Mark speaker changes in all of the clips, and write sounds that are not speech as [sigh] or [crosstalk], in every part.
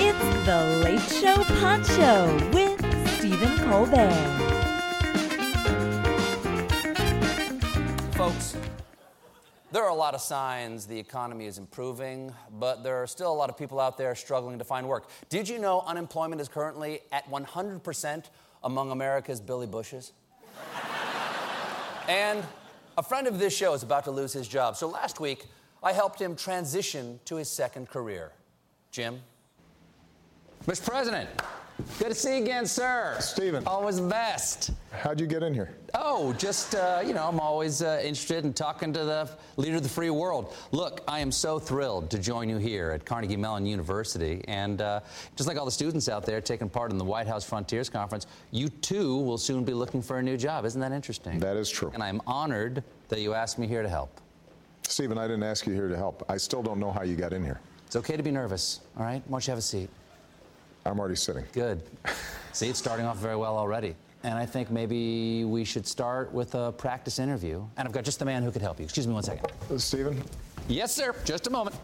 Speaker 1: It's the Late Show Poncho with Stephen Colbert.
Speaker 2: Folks, there are a lot of signs the economy is improving, but there are still a lot of people out there struggling to find work. Did you know unemployment is currently at 100% among America's Billy Bushes? [laughs] and a friend of this show is about to lose his job, so last week I helped him transition to his second career. Jim? Mr. President, good to see you again, sir.
Speaker 3: Stephen.
Speaker 2: Always the best.
Speaker 3: How'd you get in here?
Speaker 2: Oh, just, uh, you know, I'm always uh, interested in talking to the leader of the free world. Look, I am so thrilled to join you here at Carnegie Mellon University. And uh, just like all the students out there taking part in the White House Frontiers Conference, you too will soon be looking for a new job. Isn't that interesting?
Speaker 3: That is true.
Speaker 2: And I'm honored that you asked me here to help.
Speaker 3: Stephen, I didn't ask you here to help. I still don't know how you got in here.
Speaker 2: It's okay to be nervous, all right? Why don't you have a seat?
Speaker 3: I'm already sitting.
Speaker 2: Good. See, it's starting off very well already. And I think maybe we should start with a practice interview. And I've got just the man who could help you. Excuse me one second.
Speaker 3: Uh, Stephen,
Speaker 2: Yes, sir. Just a moment.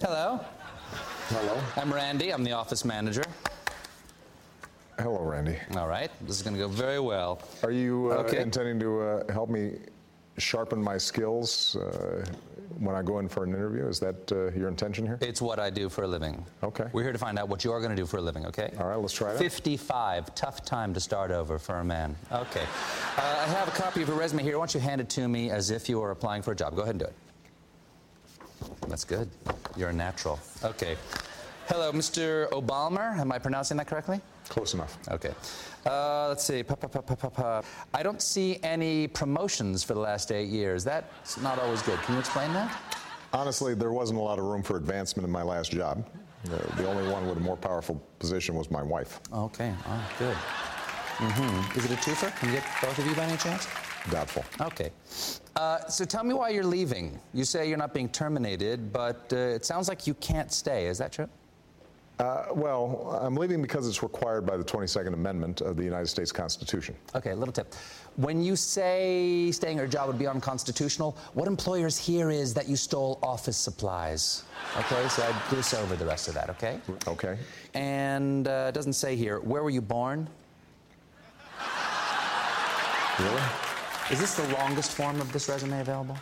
Speaker 2: Hello.
Speaker 3: hello.
Speaker 2: I'm Randy. I'm the office manager.
Speaker 3: Hello, Randy.
Speaker 2: All right. This is going to go very well.
Speaker 3: Are you uh,
Speaker 2: Okay.
Speaker 3: intending to uh, help me sharpen my skills uh, when I go in for an interview? Is that uh, your intention here?
Speaker 2: It's what I do for a living.
Speaker 3: Okay.
Speaker 2: We're here to find out what you're going to do for a living, okay?
Speaker 3: All right, let's try it out.
Speaker 2: 55, tough time to start over for a man. Okay. Uh, I have a copy of your resume here. Why don't you hand it to me as if you were applying for a job? Go ahead and do it. That's good. You're a natural. Okay. Hello, Mr. Obalmer. Am I pronouncing that correctly?
Speaker 3: Close enough.
Speaker 2: Okay. Uh, let's see. Pa, pa, pa, pa, pa, pa. I don't see any promotions for the last eight years. That's not always good. Can you explain that?
Speaker 3: Honestly, there wasn't a lot of room for advancement in my last job. Uh, the only one with a more powerful position was my wife.
Speaker 2: Okay, oh, good. hmm Is it a twofer? Can we get both of you by any chance?
Speaker 3: Doubtful.
Speaker 2: Okay. Uh, so tell me why you're leaving. You say you're not being terminated, but uh, it sounds like you can't stay. Is that true?
Speaker 3: Uh, well, I'm leaving because it's required by the 22nd Amendment of the United States Constitution.
Speaker 2: Okay, little tip. When you say staying at your job would be unconstitutional, what employers hear is that you stole office supplies. Okay, so I'd goose over the rest of that, okay?
Speaker 3: Okay.
Speaker 2: And uh, it doesn't say here, where were you born?
Speaker 3: Really?
Speaker 2: Is this the longest form of this resume available?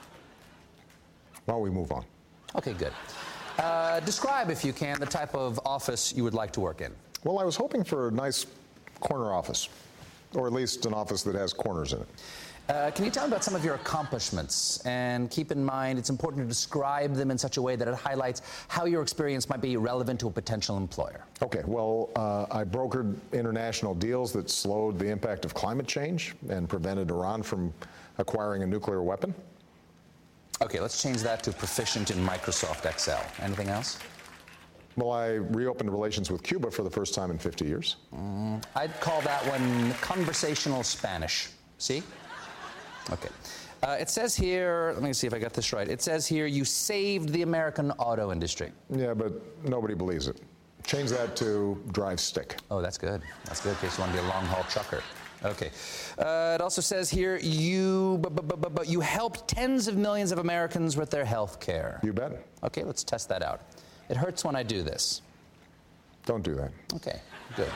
Speaker 3: Well, we move on.
Speaker 2: Okay, good. Uh, describe, if you can, the type of office you would like to work in.
Speaker 3: Well, I was hoping for a nice corner office, or at least an office that has corners in it.
Speaker 2: Uh, can you tell me about some of your accomplishments? And keep in mind, it's important to describe them in such a way that it highlights how your experience might be relevant to a potential employer.
Speaker 3: Okay, well, uh, I brokered international deals that slowed the impact of climate change and prevented Iran from acquiring a nuclear weapon.
Speaker 2: Okay, let's change that to proficient in Microsoft Excel. Anything else?
Speaker 3: Well, I reopened relations with Cuba for the first time in 50 years.
Speaker 2: I'd call that one conversational Spanish. See? Okay. Uh, it says here, let me see if I got this right. It says here, you saved the American auto industry.
Speaker 3: Yeah, but nobody believes it. Change that to drive stick.
Speaker 2: Oh, that's good. That's good in case you want to be a long haul trucker. Okay. Uh, it also says here you but, but, but, but, but you helped tens of millions of Americans with their health care.
Speaker 3: You bet.
Speaker 2: Okay, let's test that out. It hurts when I do this.
Speaker 3: Don't do that.
Speaker 2: Okay, good.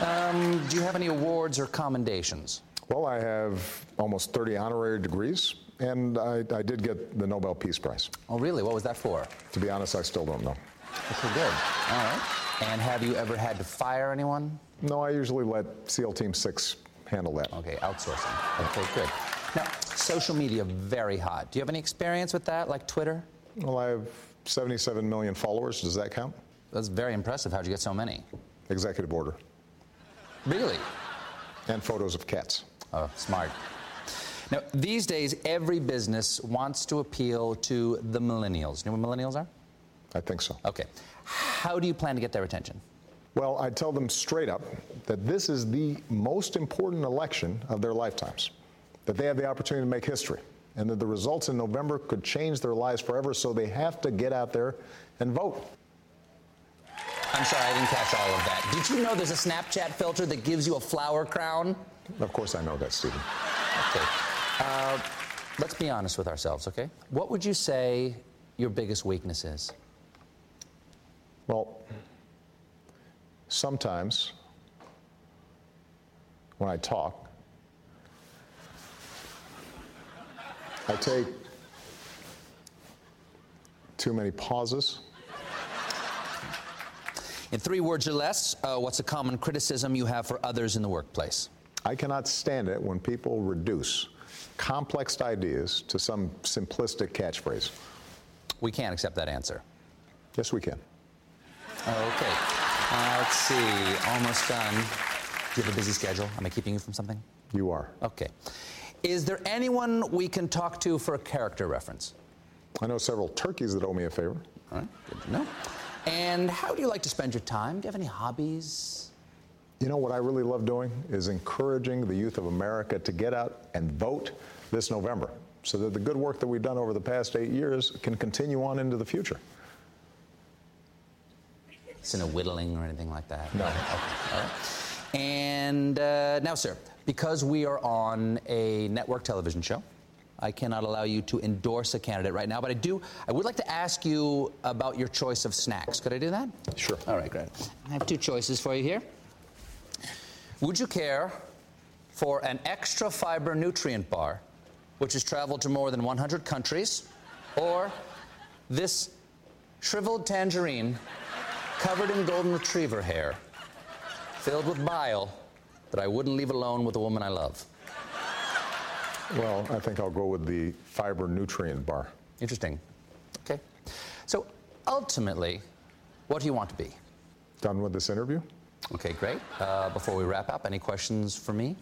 Speaker 2: Um, do you have any awards or commendations?
Speaker 3: Well, I have almost 30 honorary degrees, and I, I did get the Nobel Peace Prize.
Speaker 2: Oh, really? What was that for?
Speaker 3: To be honest, I still don't know.
Speaker 2: Okay, good. All right. And have you ever had to fire anyone?
Speaker 3: No, I usually let SEAL Team 6 handle that.
Speaker 2: Okay, outsourcing. Okay, good. Now, social media very hot. Do you have any experience with that, like Twitter?
Speaker 3: Well, I have 77 million followers. Does that count?
Speaker 2: That's very impressive. How'd you get so many?
Speaker 3: Executive order.
Speaker 2: Really?
Speaker 3: And photos of cats.
Speaker 2: Oh, smart. Now, these days, every business wants to appeal to the millennials. You know what millennials are?
Speaker 3: I think so.
Speaker 2: Okay. How do you plan to get their attention?
Speaker 3: Well, I tell them straight up that this is the most important election of their lifetimes, that they have the opportunity to make history, and that the results in November could change their lives forever, so they have to get out there and vote.
Speaker 2: I'm sorry, I didn't catch all of that. Did you know there's a Snapchat filter that gives you a flower crown?
Speaker 3: Of course, I know that, Stephen.
Speaker 2: Okay. Uh, let's be honest with ourselves, okay? What would you say your biggest weakness is?
Speaker 3: Well, sometimes when I talk, I take too many pauses.
Speaker 2: In three words or less, uh, what's a common criticism you have for others in the workplace?
Speaker 3: I cannot stand it when people reduce complex ideas to some simplistic catchphrase.
Speaker 2: We can't accept that answer.
Speaker 3: Yes, we can.
Speaker 2: Okay. Uh, let's see. Almost done. Do you have a busy schedule? Am I keeping you from something?
Speaker 3: You are.
Speaker 2: Okay. Is there anyone we can talk to for a character reference?
Speaker 3: I know several turkeys that owe me a favor.
Speaker 2: All right. Good to know. And how do you like to spend your time? Do you have any hobbies?
Speaker 3: You know what I really love doing is encouraging the youth of America to get out and vote this November so that the good work that we've done over the past eight years can continue on into the future.
Speaker 2: It's in a whittling or anything like that.
Speaker 3: No.
Speaker 2: Okay. All right. And uh, now, sir, because we are on a network television show, I cannot allow you to endorse a candidate right now. But I do. I would like to ask you about your choice of snacks. Could I do that?
Speaker 3: Sure.
Speaker 2: All right, great. I have two choices for you here. Would you care for an extra fiber nutrient bar, which has traveled to more than 100 countries, or this shriveled tangerine covered in golden retriever hair, filled with bile that I wouldn't leave alone with a woman I love?
Speaker 3: Well, I think I'll go with the fiber nutrient bar.
Speaker 2: Interesting. Okay. So ultimately, what do you want to be?
Speaker 3: Done with this interview?
Speaker 2: Okay, great. Uh, before we wrap up, any questions for me?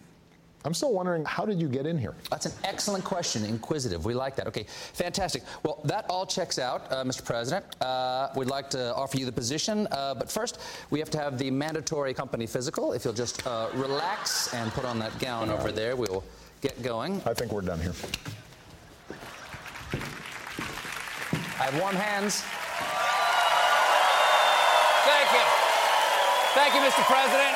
Speaker 3: I'm still wondering how did you get in here?
Speaker 2: That's an excellent question. Inquisitive. We like that. Okay, fantastic. Well, that all checks out, uh, Mr. President. Uh, we'd like to offer you the position, uh, but first we have to have the mandatory company physical. If you'll just uh, relax and put on that gown over there, we'll get going.
Speaker 3: I think we're done here.
Speaker 2: I have warm hands.
Speaker 4: Thank you. Thank you, Mr. President.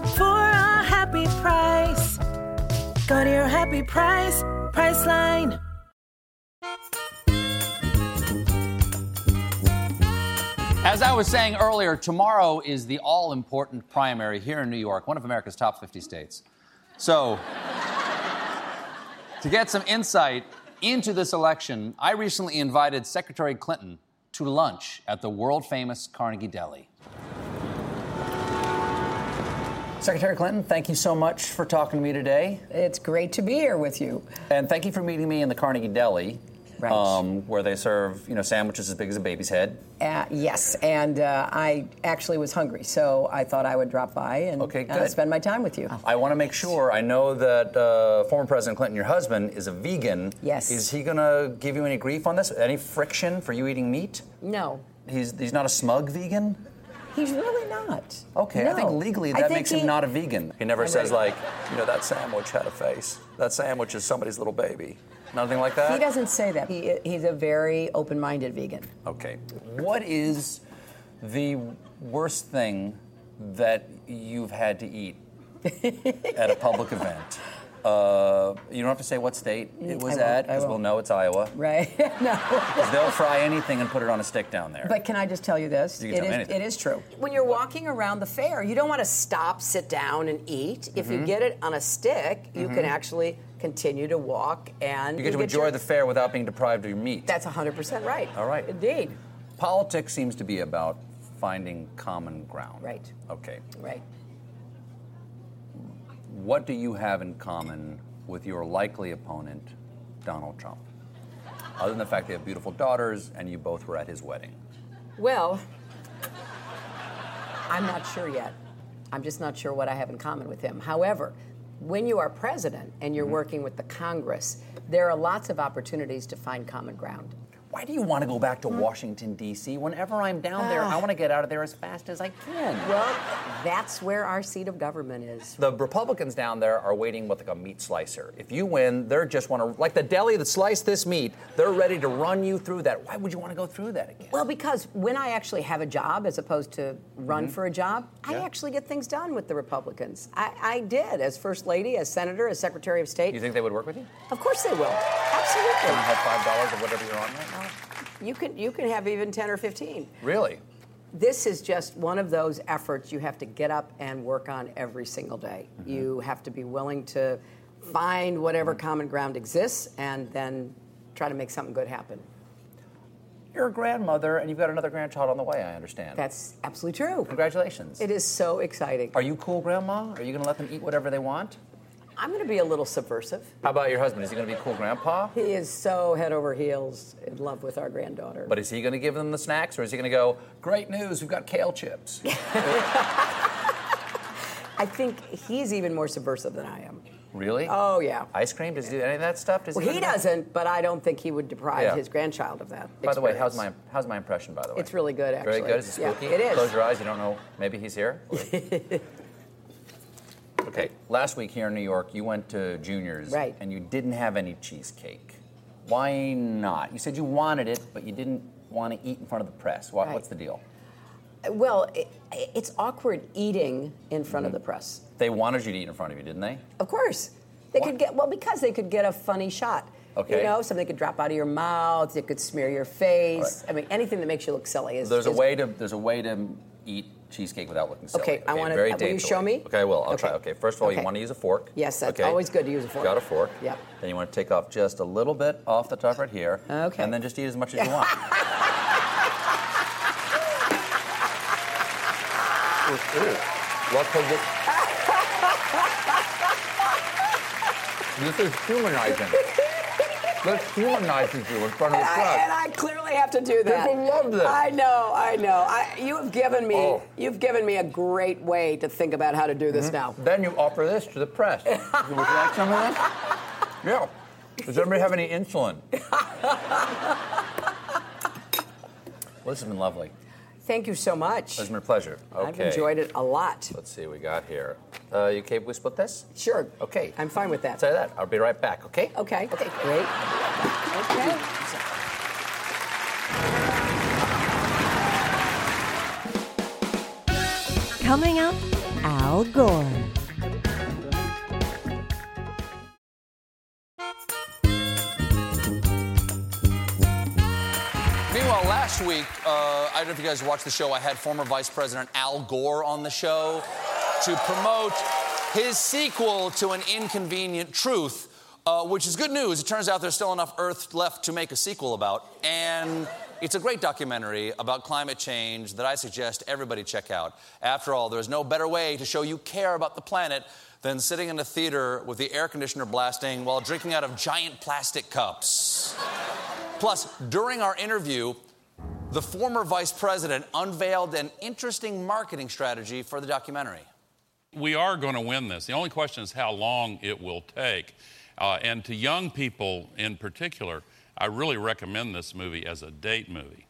Speaker 5: for a happy price. Go to your happy price, Priceline.
Speaker 4: As I was saying earlier, tomorrow is the all important primary here in New York, one of America's top 50 states. So, to get some insight into this election, I recently invited Secretary Clinton to lunch at the world famous Carnegie Deli. Secretary Clinton, thank you so much for talking to me today.
Speaker 6: It's great to be here with you.
Speaker 4: And thank you for meeting me in the Carnegie Deli, um,
Speaker 6: Right.
Speaker 4: where they serve you know sandwiches as big as a baby's head.
Speaker 6: Uh, yes, and uh, I actually was hungry, so I thought I would drop by and
Speaker 4: Okay,
Speaker 6: uh,
Speaker 4: good.
Speaker 6: spend my time with you.
Speaker 4: I want to make sure. I know that uh, former President Clinton, your husband, is a vegan.
Speaker 6: Yes.
Speaker 4: Is he going to give you any grief on this? Any friction for you eating meat?
Speaker 6: No,
Speaker 4: He's he's not a smug vegan.
Speaker 6: he's really not.
Speaker 4: Okay, I think
Speaker 6: No.
Speaker 4: legally
Speaker 6: I
Speaker 4: that
Speaker 6: think
Speaker 4: makes
Speaker 6: he-
Speaker 4: him not a vegan. He never says like, you know, that sandwich had a face. That sandwich is somebody's little baby. Nothing like that.
Speaker 6: He doesn't say that. He, he's a very open-minded vegan.
Speaker 4: Okay. What is the worst
Speaker 7: [laughs]
Speaker 4: thing that you've had to eat at a public event? Uh, you don't have to say what state it
Speaker 7: Mm, I
Speaker 4: was
Speaker 7: won't,
Speaker 4: at
Speaker 7: I
Speaker 4: because we'll
Speaker 7: won't.
Speaker 4: know it's Iowa.
Speaker 6: [laughs]
Speaker 7: Right? no.
Speaker 4: 'Cause They'll fry anything and put it on a stick down there.
Speaker 7: But can I just tell you this?
Speaker 4: You can
Speaker 7: It
Speaker 4: tell me
Speaker 7: is-
Speaker 4: anything.
Speaker 7: it is true.
Speaker 8: When you're walking around the fair, you don't want to stop, sit down, and eat. If
Speaker 4: Mm-hmm.
Speaker 8: you get it on a stick, you can actually continue to walk and
Speaker 4: you get to enjoy
Speaker 8: your-
Speaker 4: the fair without being deprived of your meat.
Speaker 8: That's 100% right.
Speaker 4: All right.
Speaker 8: Indeed.
Speaker 4: Politics seems to be about finding common ground.
Speaker 8: Right.
Speaker 4: Okay.
Speaker 8: Right.
Speaker 4: What do you have in common with your likely opponent, Donald Trump? Other than the fact they have beautiful daughters and you both were at his wedding.
Speaker 8: Well, I'm not sure yet. I'm just not sure what I have in common with him. However, when you are president and
Speaker 4: Mm-hmm.
Speaker 8: you're working with the Congress, there are lots of opportunities to find common ground.
Speaker 4: Why do you want to go back to
Speaker 6: Hmm?
Speaker 4: Washington, D.C.? Whenever I'm down there,
Speaker 6: Ah.
Speaker 4: I want to get out of there as fast as I can.
Speaker 8: Well, that's where our seat of government is.
Speaker 4: the Republicans down there are waiting with like a meat slicer. If you win, they're just want to like the deli that sliced this meat. They're ready to run you through that. Why would you want to go through that again?
Speaker 8: Well, because when I actually have a job as opposed to run for a job, I
Speaker 4: Mm-hmm. Yeah.
Speaker 8: actually get things done with the Republicans. I, I did as First Lady, as Senator, as Secretary of State.
Speaker 4: you think they would work with you?
Speaker 8: Of course they will.
Speaker 4: Can I
Speaker 8: Absolutely.
Speaker 4: have five dollars or whatever you're on right now?
Speaker 8: You can, you can have even 10 or 15.
Speaker 4: Really?
Speaker 8: this is just one of those efforts you have to get up and work on every single day.
Speaker 4: Mm-hmm.
Speaker 8: You have to be willing to find whatever common ground exists and then try to make something good happen.
Speaker 4: You're a grandmother and you've got another grandchild on the way. I understand.
Speaker 8: That's absolutely true.
Speaker 4: congratulations.
Speaker 8: It is so exciting.
Speaker 4: Are you cool, Grandma? Are you going to let them eat whatever they want?
Speaker 8: I'm going to be a little subversive.
Speaker 4: How about your husband? Is he going to be cool, Grandpa?
Speaker 8: He is so head over heels in love with our granddaughter.
Speaker 4: But is he going to give them the snacks, or is he going to go? Great news! We've got kale
Speaker 8: [laughs]
Speaker 4: chips.
Speaker 8: I think he's even more subversive than I am.
Speaker 4: really?
Speaker 8: Oh, yeah.
Speaker 4: Ice cream? Does he do any of that stuff? Does
Speaker 8: Well,
Speaker 4: do
Speaker 8: he
Speaker 4: any of that?
Speaker 8: doesn't, but I don't think he would deprive
Speaker 4: Yeah.
Speaker 8: his grandchild of that.
Speaker 4: By the way, how's
Speaker 8: experience.
Speaker 4: my how's my impression? By the way,
Speaker 8: It's really good, actually.
Speaker 4: Very good. Is it
Speaker 8: Yeah,
Speaker 4: spooky?
Speaker 8: it is.
Speaker 4: Close your eyes. You don't know. Maybe
Speaker 8: [laughs]
Speaker 4: he's here. okay. Last week here in New York, you went to Junior's,
Speaker 8: Right.
Speaker 4: And you didn't have any cheesecake. Why not? You said you wanted it, but you didn't want to eat in front of the press. Why,
Speaker 8: Right.
Speaker 4: What's the deal?
Speaker 8: Well, it, it's awkward eating in front
Speaker 4: Mm-hmm.
Speaker 8: of the press.
Speaker 4: They wanted you to eat in front of you, didn't they?
Speaker 8: Of course, they
Speaker 4: Why?
Speaker 8: could get well because they could get a funny shot.
Speaker 4: Okay.
Speaker 8: You know, something could drop out of your mouth. It could smear your face.
Speaker 4: All
Speaker 8: I
Speaker 4: right.
Speaker 8: mean, anything that makes you look silly is.
Speaker 4: There's a
Speaker 8: is-
Speaker 4: way to there's a way to eat cheesecake without looking silly.
Speaker 8: Okay, I wanna- uh,
Speaker 4: Very
Speaker 8: will you
Speaker 4: daintily.
Speaker 8: show me?
Speaker 4: Okay, I will. I'll
Speaker 8: Okay.
Speaker 4: try. Okay, first of all,
Speaker 8: Okay.
Speaker 4: you want to use a fork.
Speaker 8: Yes, that's always good to use a fork.
Speaker 4: Got a fork.
Speaker 8: Yep.
Speaker 4: Then you want to take off just a little bit off the top right here.
Speaker 8: Okay.
Speaker 4: And then just eat as much
Speaker 8: [laughs]
Speaker 4: as you want. Ooh, ooh. Lots of the- This is humanizing. That's humanizing you in front of
Speaker 8: And
Speaker 4: the
Speaker 8: I, and I clearly have to do that.
Speaker 4: People love this.
Speaker 8: I know, I know. I, you have given me,
Speaker 4: Oh.
Speaker 8: you've given me a great way to think about how to do this now.
Speaker 4: Then you offer this to the press. Would [laughs] you like some of this? Yeah. Does anybody have any insulin? well, this has been lovely.
Speaker 8: Thank you so much.
Speaker 4: It's been a pleasure. Okay.
Speaker 8: I've enjoyed it a lot.
Speaker 4: Let's see what we got here. Uh, you okay with split this?
Speaker 8: Sure.
Speaker 4: Okay.
Speaker 8: I'm fine with that.
Speaker 4: Say that. I'll be right back, okay?
Speaker 8: Okay. Okay. Great. Okay.
Speaker 9: Coming up, Al Gore.
Speaker 2: Meanwhile, last week, uh, I don't know if you guys watched the show, I had former Vice President Al Gore on the show to promote his sequel to An Inconvenient Truth, uh, which is good news. It turns out there's still enough Earth left to make a sequel about. And it's a great documentary about climate change that I suggest everybody check out. After all, there's no better way to show you care about the planet than sitting in a theater with the air conditioner blasting while drinking out of giant plastic cups. Plus, during our interview, the former vice president unveiled an interesting marketing strategy for the documentary.
Speaker 10: We are going to win this. The only question is how long it will take. Uh, and to young people in particular, I really recommend this movie as a date movie.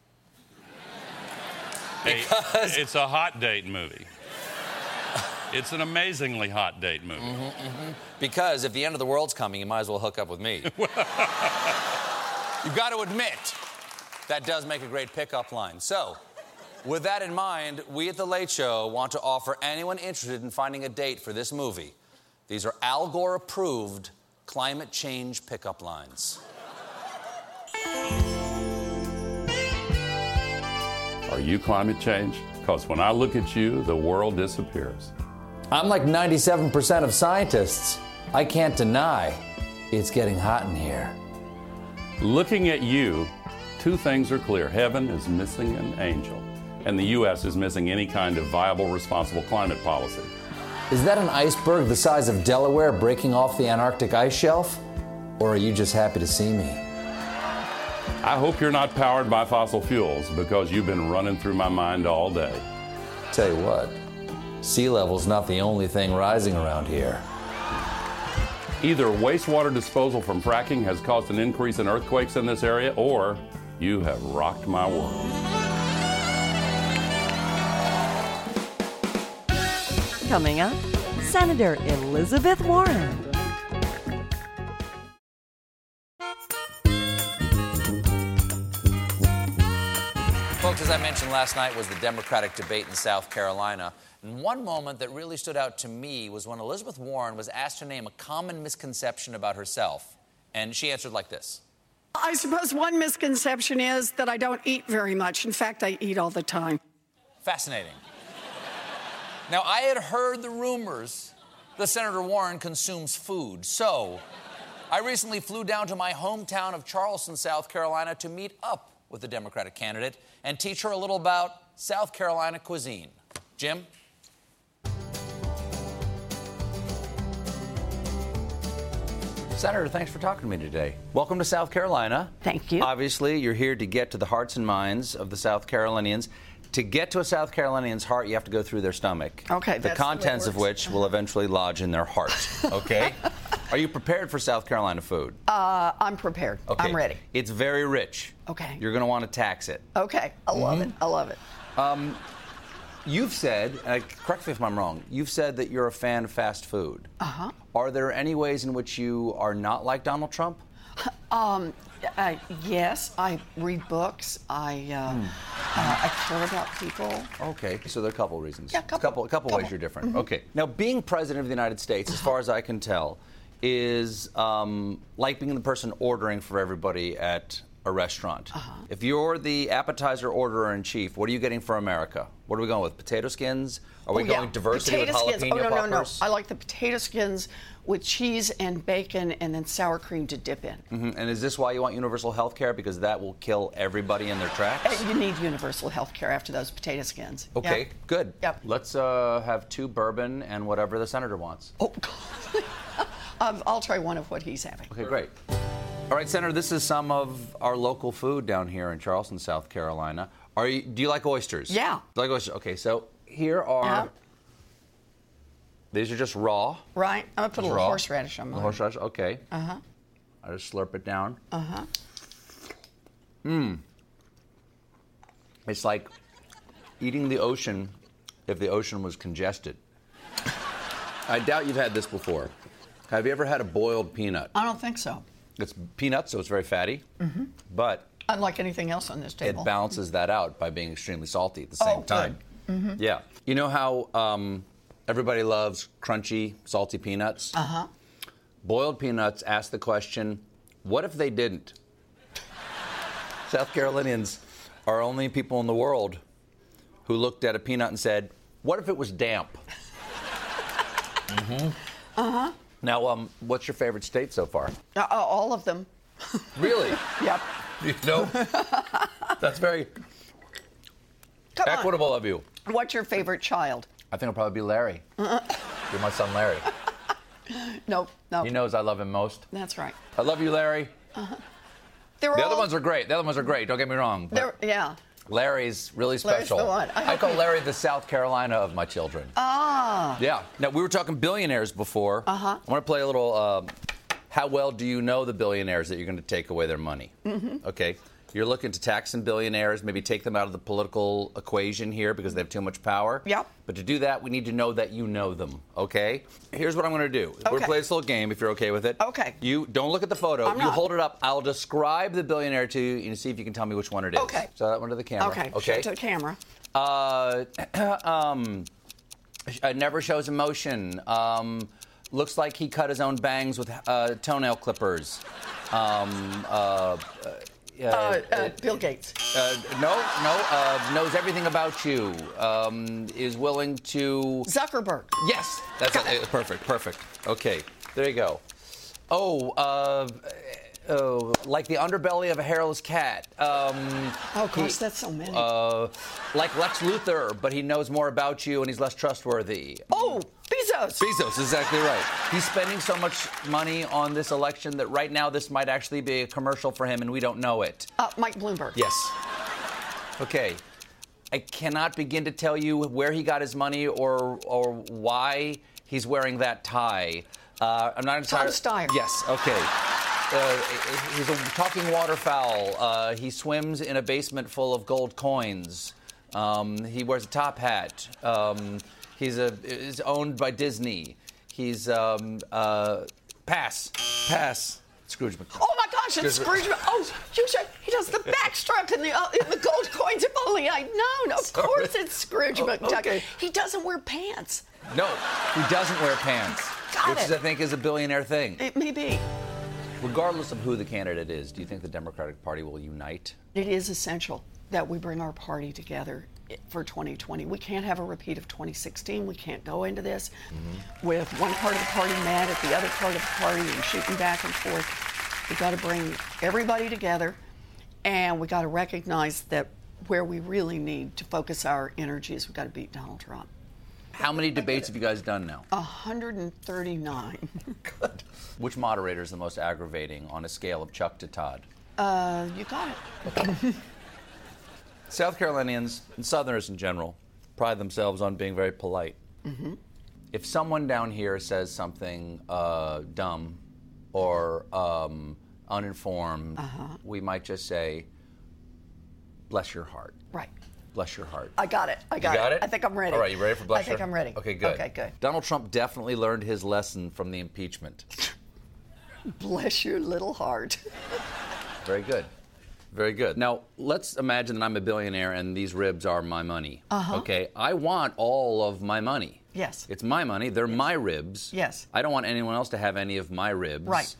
Speaker 10: A- it's a hot date movie. It's an amazingly hot date movie.
Speaker 2: Because if the end of the world's coming, you might as well hook up with me. You've got to admit, that does make a great pickup line. So, with that in mind, we at The Late Show want to offer anyone interested in finding a date for this movie These are Al Gore approved climate change pickup lines.
Speaker 10: Are you climate change? Because when I look at you, the world disappears.
Speaker 4: I'm like 97% of scientists. I can't deny it's getting hot in here.
Speaker 10: Looking at you, two things are clear heaven is missing an angel, and the U.S. is missing any kind of viable, responsible climate policy.
Speaker 4: Is that an iceberg the size of Delaware breaking off the Antarctic ice shelf? Or are you just happy to see me?
Speaker 10: I hope you're not powered by fossil fuels because you've been running through my mind all day.
Speaker 4: Tell you what, sea level's not the only thing rising around here.
Speaker 10: Either wastewater disposal from fracking has caused an increase in earthquakes in this area, or you have rocked my world.
Speaker 9: Coming up, Senator Elizabeth Warren.
Speaker 2: Folks, as I mentioned last night, was the Democratic debate in South Carolina. And one moment that really stood out to me was when Elizabeth Warren was asked to name a common misconception about herself. And she answered like this
Speaker 11: I suppose one misconception is that I don't eat very much. In fact, I eat all the time.
Speaker 2: Fascinating. now, I had heard the rumors that Senator Warren consumes food. So I recently flew down to my hometown of Charleston, South Carolina to meet up with the Democratic candidate and teach her a little about South Carolina cuisine. Jim? Senator, thanks for talking to me today. Welcome to South Carolina.
Speaker 8: Thank you.
Speaker 2: Obviously, you're here to get to the hearts and minds of the South Carolinians. To get to a South Carolinian's heart, you have to go through their stomach.
Speaker 8: Okay,
Speaker 2: The
Speaker 8: that's the way it
Speaker 2: contents of which will eventually lodge in their
Speaker 8: [laughs]
Speaker 2: heart. Okay? Are you prepared for South Carolina food?
Speaker 8: Uh, I'm prepared. I'm ready.
Speaker 2: It's very rich.
Speaker 8: Okay. Oh.
Speaker 2: You're going to want to tax it.
Speaker 8: Okay. I love it. I love it.
Speaker 2: Um, you've said, and I- correct me if I'm wrong, you've said that you're a fan of fast food. Uh
Speaker 8: Uh-huh.
Speaker 2: huh. Are there any ways in which you are not like Donald Trump?
Speaker 11: Mm-hmm.
Speaker 8: Um, uh, yes, I read books. I uh, uh, I care about people.
Speaker 2: Okay, so there are a couple of reasons.
Speaker 8: Yeah,
Speaker 2: couple, couple, ways you're different.
Speaker 8: Mhm.
Speaker 2: Okay. Now, being president of the United States, as far as I can tell, is um, like being the person ordering for everybody at a restaurant.
Speaker 8: Uh-huh.
Speaker 2: If you're the appetizer orderer in chief, what are you getting for America? What are we going with? Potato skins? Are we
Speaker 8: Oh, yeah.
Speaker 2: going diversity
Speaker 8: potato
Speaker 2: with jalapeno
Speaker 8: skins. Oh no no
Speaker 2: poppers?
Speaker 8: no! I like the potato skins with cheese and bacon, and then sour cream to dip
Speaker 2: [laughs]
Speaker 8: in.
Speaker 2: hmm And is this why you want universal health care? Because that will kill everybody in their tracks?
Speaker 8: You need universal health care after those potato skins. Yeah.
Speaker 2: Okay, good. Yep. Let's uh, have two bourbon and whatever the senator wants.
Speaker 8: Oh, um, I'll try one of what he's having.
Speaker 2: Okay, great. All right, Senator, this is some of our local food down here in Charleston, South Carolina. Are you, do you like oysters?
Speaker 8: Yeah.
Speaker 2: Do you like oysters? Okay, so here are. These are just raw.
Speaker 8: Right? I'm gonna put a little
Speaker 2: Raw.
Speaker 8: horseradish on
Speaker 2: Little
Speaker 8: mine.
Speaker 2: Horseradish, okay.
Speaker 8: Uh huh.
Speaker 2: I just slurp it down.
Speaker 8: Uh huh.
Speaker 2: Mmm. It's like eating the ocean if the ocean was congested. I doubt you've had this before. Have you ever had a boiled peanut?
Speaker 10: Uh,
Speaker 8: I don't think so.
Speaker 2: It's peanut, so it's very fatty,
Speaker 8: Mm-hmm.
Speaker 2: but
Speaker 8: Unlike anything else on this table.
Speaker 2: it balances that out by being extremely salty at the same
Speaker 8: Oh, good.
Speaker 2: time.
Speaker 8: Mhm.
Speaker 2: Yeah. You know how um, everybody loves crunchy, salty peanuts?
Speaker 8: Uh huh.
Speaker 2: Boiled peanuts ask the question what if they didn't? South Carolinians are only people in the world who looked at a peanut and said, what if it was damp? mm-hmm.
Speaker 8: Uh huh.
Speaker 2: Now, um, what's your favorite state so far?
Speaker 8: Uh, all of them.
Speaker 2: Really?
Speaker 8: [laughs] yep.
Speaker 2: You know, that's very
Speaker 8: Come on.
Speaker 2: equitable of you.
Speaker 8: What's your favorite child?
Speaker 2: I think it'll probably be
Speaker 8: [laughs]
Speaker 2: Larry.
Speaker 8: Uh-uh.
Speaker 2: You're my son, Larry.
Speaker 8: No, no.
Speaker 2: He knows I love him most.
Speaker 8: That's right.
Speaker 2: I love you, Larry.
Speaker 8: Uh-huh. They're
Speaker 2: the
Speaker 8: all.
Speaker 2: other ones are great. The other ones are great. Don't get me wrong. but
Speaker 8: they're, yeah.
Speaker 2: Larry's really
Speaker 8: Larry's
Speaker 2: special.
Speaker 8: the one. I
Speaker 2: I,
Speaker 8: hope
Speaker 2: call
Speaker 8: he-
Speaker 2: Larry the South Carolina of my children.
Speaker 8: Ah.
Speaker 2: yeah. Now we were talking billionaires before.
Speaker 8: Uh-huh.
Speaker 2: I want to play a little. Uh, how well do you know the billionaires that you're going to take away their money?
Speaker 8: Mhm.
Speaker 2: Okay. You're looking to tax some billionaires, maybe take them out of the political equation here because they have too much power.
Speaker 8: Yep.
Speaker 2: But to do that, we need to know that you know them, okay? Here's what I'm going to do. We're going
Speaker 8: Okay.
Speaker 2: to play this little game if you're okay with it.
Speaker 8: Okay.
Speaker 2: You don't look at the photo.
Speaker 8: I'm
Speaker 2: you
Speaker 8: not.
Speaker 2: hold it up. I'll describe the billionaire to you and see if you can tell me which one it is.
Speaker 8: Okay.
Speaker 2: So that one to the camera.
Speaker 8: Okay. Show
Speaker 2: Okay.
Speaker 8: it to the camera.
Speaker 4: [clears throat]
Speaker 2: uh, um, uh, never shows emotion. Um,
Speaker 4: Looks like he cut his own bangs with uh, toenail clippers. Um, uh, uh, uh,
Speaker 10: Uh, uh, Bill Gates.
Speaker 4: uh, no, no, uh, knows everything about you. Um, is willing to.
Speaker 10: Zuckerberg.
Speaker 4: Yes, that's it. perfect. Perfect. Okay, there you go. Oh, uh, oh, like the underbelly of a hairless cat. Um,
Speaker 10: Oh, gosh, that's so many.
Speaker 4: Uh, like Lex Luthor, but he knows more about you and he's less trustworthy.
Speaker 10: Oh, Bezos.
Speaker 4: Bezos, exactly right. He's spending so much money on this election that right now this might actually be a commercial for him and we don't know it.
Speaker 10: Uh, Mike Bloomberg.
Speaker 4: Yes. Okay. I cannot begin to tell you where he got his money or or why he's wearing that tie. Uh, I'm not
Speaker 10: Tom
Speaker 4: entirely.
Speaker 10: Steyer.
Speaker 4: Yes. Okay. Uh, he's a talking waterfowl. Uh, he swims in a basement full of gold coins. Um, he wears a top hat. Um, he's a is owned by Disney. He's um, uh, pass pass. Scrooge McDuck.
Speaker 10: Oh my gosh, it's Scrooge. Mc- Oh, you should, he does the backstroke and the, uh, and the gold coins. If only I'd known. Of
Speaker 4: Sorry.
Speaker 10: course it's Scrooge
Speaker 4: Oh,
Speaker 10: McDuck.
Speaker 4: okay.
Speaker 10: He doesn't wear pants.
Speaker 4: No, he doesn't wear pants,
Speaker 10: Got
Speaker 4: which
Speaker 10: it.
Speaker 4: is, I think is a billionaire thing.
Speaker 10: It may be.
Speaker 4: Regardless of who the candidate is, do you think the Democratic Party will unite?
Speaker 10: It is essential that we bring our party together for 2020. We can't have a repeat of 2016. We can't go into this
Speaker 4: Mm-hmm.
Speaker 10: with one part of the party mad at the other part of the party and shooting back and forth. We've got to bring everybody together and we got to recognize that where we really need to focus our energy is we've got to beat Donald Trump.
Speaker 4: How many debates have you guys done now? [laughs]
Speaker 10: Oh. 139.
Speaker 4: Which moderator is the most aggravating on a scale of Chuck to Todd?
Speaker 10: Uh, you got it.
Speaker 4: South Carolinians and Southerners in general pride themselves on being very polite.
Speaker 10: Mhm.
Speaker 4: If someone down here says something uh, dumb or um, uninformed,
Speaker 10: Uh-huh.
Speaker 4: we might just say, bless your heart.
Speaker 10: Right.
Speaker 4: Bless your heart.
Speaker 10: I got it. I got,
Speaker 4: you got it.
Speaker 10: I think I'm ready.
Speaker 4: All right, you ready for bless
Speaker 10: I think
Speaker 4: your-
Speaker 10: I'm ready.
Speaker 4: Okay, good.
Speaker 10: Okay, good.
Speaker 4: Donald Trump definitely learned his lesson from the impeachment.
Speaker 10: Bless your little heart.
Speaker 4: Very good. Very good. Now, let's imagine that I'm a billionaire and these ribs are my money.
Speaker 10: Uh-huh.
Speaker 4: Okay, I want all of my money.
Speaker 10: Yes.
Speaker 4: It's my money, they're my ribs.
Speaker 10: Yes.
Speaker 4: I don't want anyone else to have any of my ribs.
Speaker 10: Right.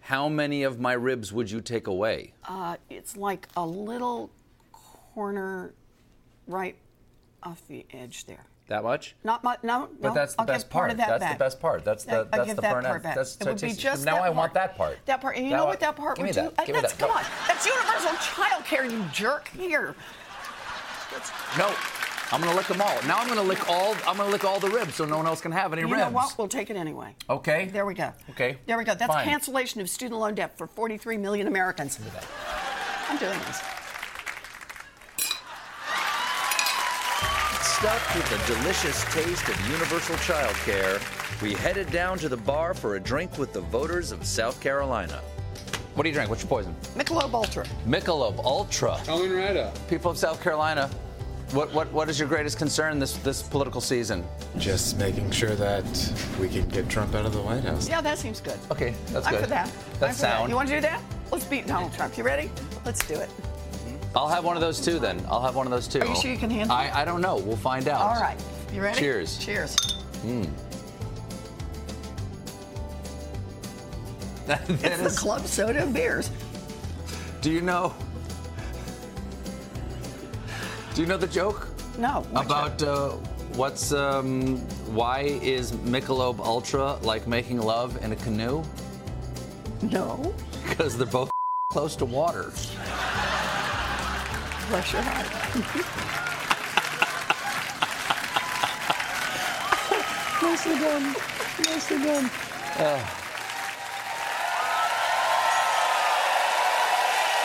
Speaker 4: How many of my ribs would you take away?
Speaker 10: Uh, it's like a little corner right off the edge there.
Speaker 4: That much?
Speaker 10: Not much. No,
Speaker 4: But
Speaker 10: no,
Speaker 4: that's the
Speaker 10: I'll
Speaker 4: best
Speaker 10: give part.
Speaker 4: part.
Speaker 10: of that
Speaker 4: That's the
Speaker 10: back.
Speaker 4: best part. That's the-
Speaker 10: I'll
Speaker 4: that's
Speaker 10: give
Speaker 4: the
Speaker 10: that
Speaker 4: burnt
Speaker 10: part
Speaker 4: end.
Speaker 10: back.
Speaker 4: That's
Speaker 10: it would be
Speaker 4: tasty.
Speaker 10: just
Speaker 4: Now
Speaker 10: that
Speaker 4: I want
Speaker 10: part.
Speaker 4: that part.
Speaker 10: That part. And you
Speaker 4: Now
Speaker 10: know
Speaker 4: I-
Speaker 10: what that part
Speaker 4: give me
Speaker 10: would
Speaker 4: that.
Speaker 10: do? Uh,
Speaker 4: Give me
Speaker 10: that's
Speaker 4: that.
Speaker 10: come on. That's universal child care. You jerk here. That's-
Speaker 4: No. I'm gonna lick them all. Now I'm gonna lick all I'm gonna lick all the ribs so no one else can have any
Speaker 10: you
Speaker 4: ribs.
Speaker 10: know what? We'll take it anyway.
Speaker 4: Okay.
Speaker 10: There we go.
Speaker 4: Okay.
Speaker 10: There we go. That's
Speaker 4: Fine.
Speaker 10: cancellation of student loan debt for 43 million Americans. I'm doing this.
Speaker 12: Stuffed with the delicious taste of universal childcare, we headed down to the bar for a drink with the voters of South Carolina.
Speaker 4: What do you drink? What's your poison?
Speaker 10: Michelob Ultra.
Speaker 4: Michelob Ultra. Coming right up. People of South Carolina, what, what, what is your greatest concern this, this political season?
Speaker 13: Just making sure that we can get Trump out of the White House.
Speaker 10: Yeah, that seems good.
Speaker 4: Okay, that's
Speaker 10: I'm
Speaker 4: good.
Speaker 10: for that.
Speaker 4: That's
Speaker 10: I'm for that.
Speaker 4: sound.
Speaker 10: You want to do that? Let's beat Donald Trump. You ready? Let's do it.
Speaker 4: I'll have one of those too then. I'll have one of those too.
Speaker 10: Are you sure you can handle
Speaker 4: I, I don't know. We'll find out.
Speaker 10: All right. You ready?
Speaker 4: Cheers.
Speaker 10: Cheers.
Speaker 4: Mm. [laughs] That- that
Speaker 10: It's the
Speaker 4: is-
Speaker 10: club soda and beers.
Speaker 4: do you know? Do you know the joke?
Speaker 10: No. what's
Speaker 4: About uh, [laughs] what's um, why is Michelob Ultra like making love in a canoe?
Speaker 10: that? No.
Speaker 4: Because they're both close to water.
Speaker 10: Bless your heart. Nicely done. Nicely done.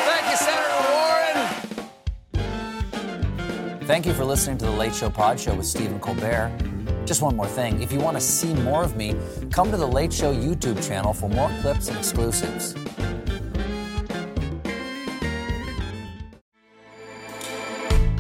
Speaker 4: Thank you, Senator Warren. Thank you for listening to the Late Show Pod Show with Stephen Colbert. Just one more thing. If you want to see more of me, come to the Late Show YouTube channel for more clips and exclusives.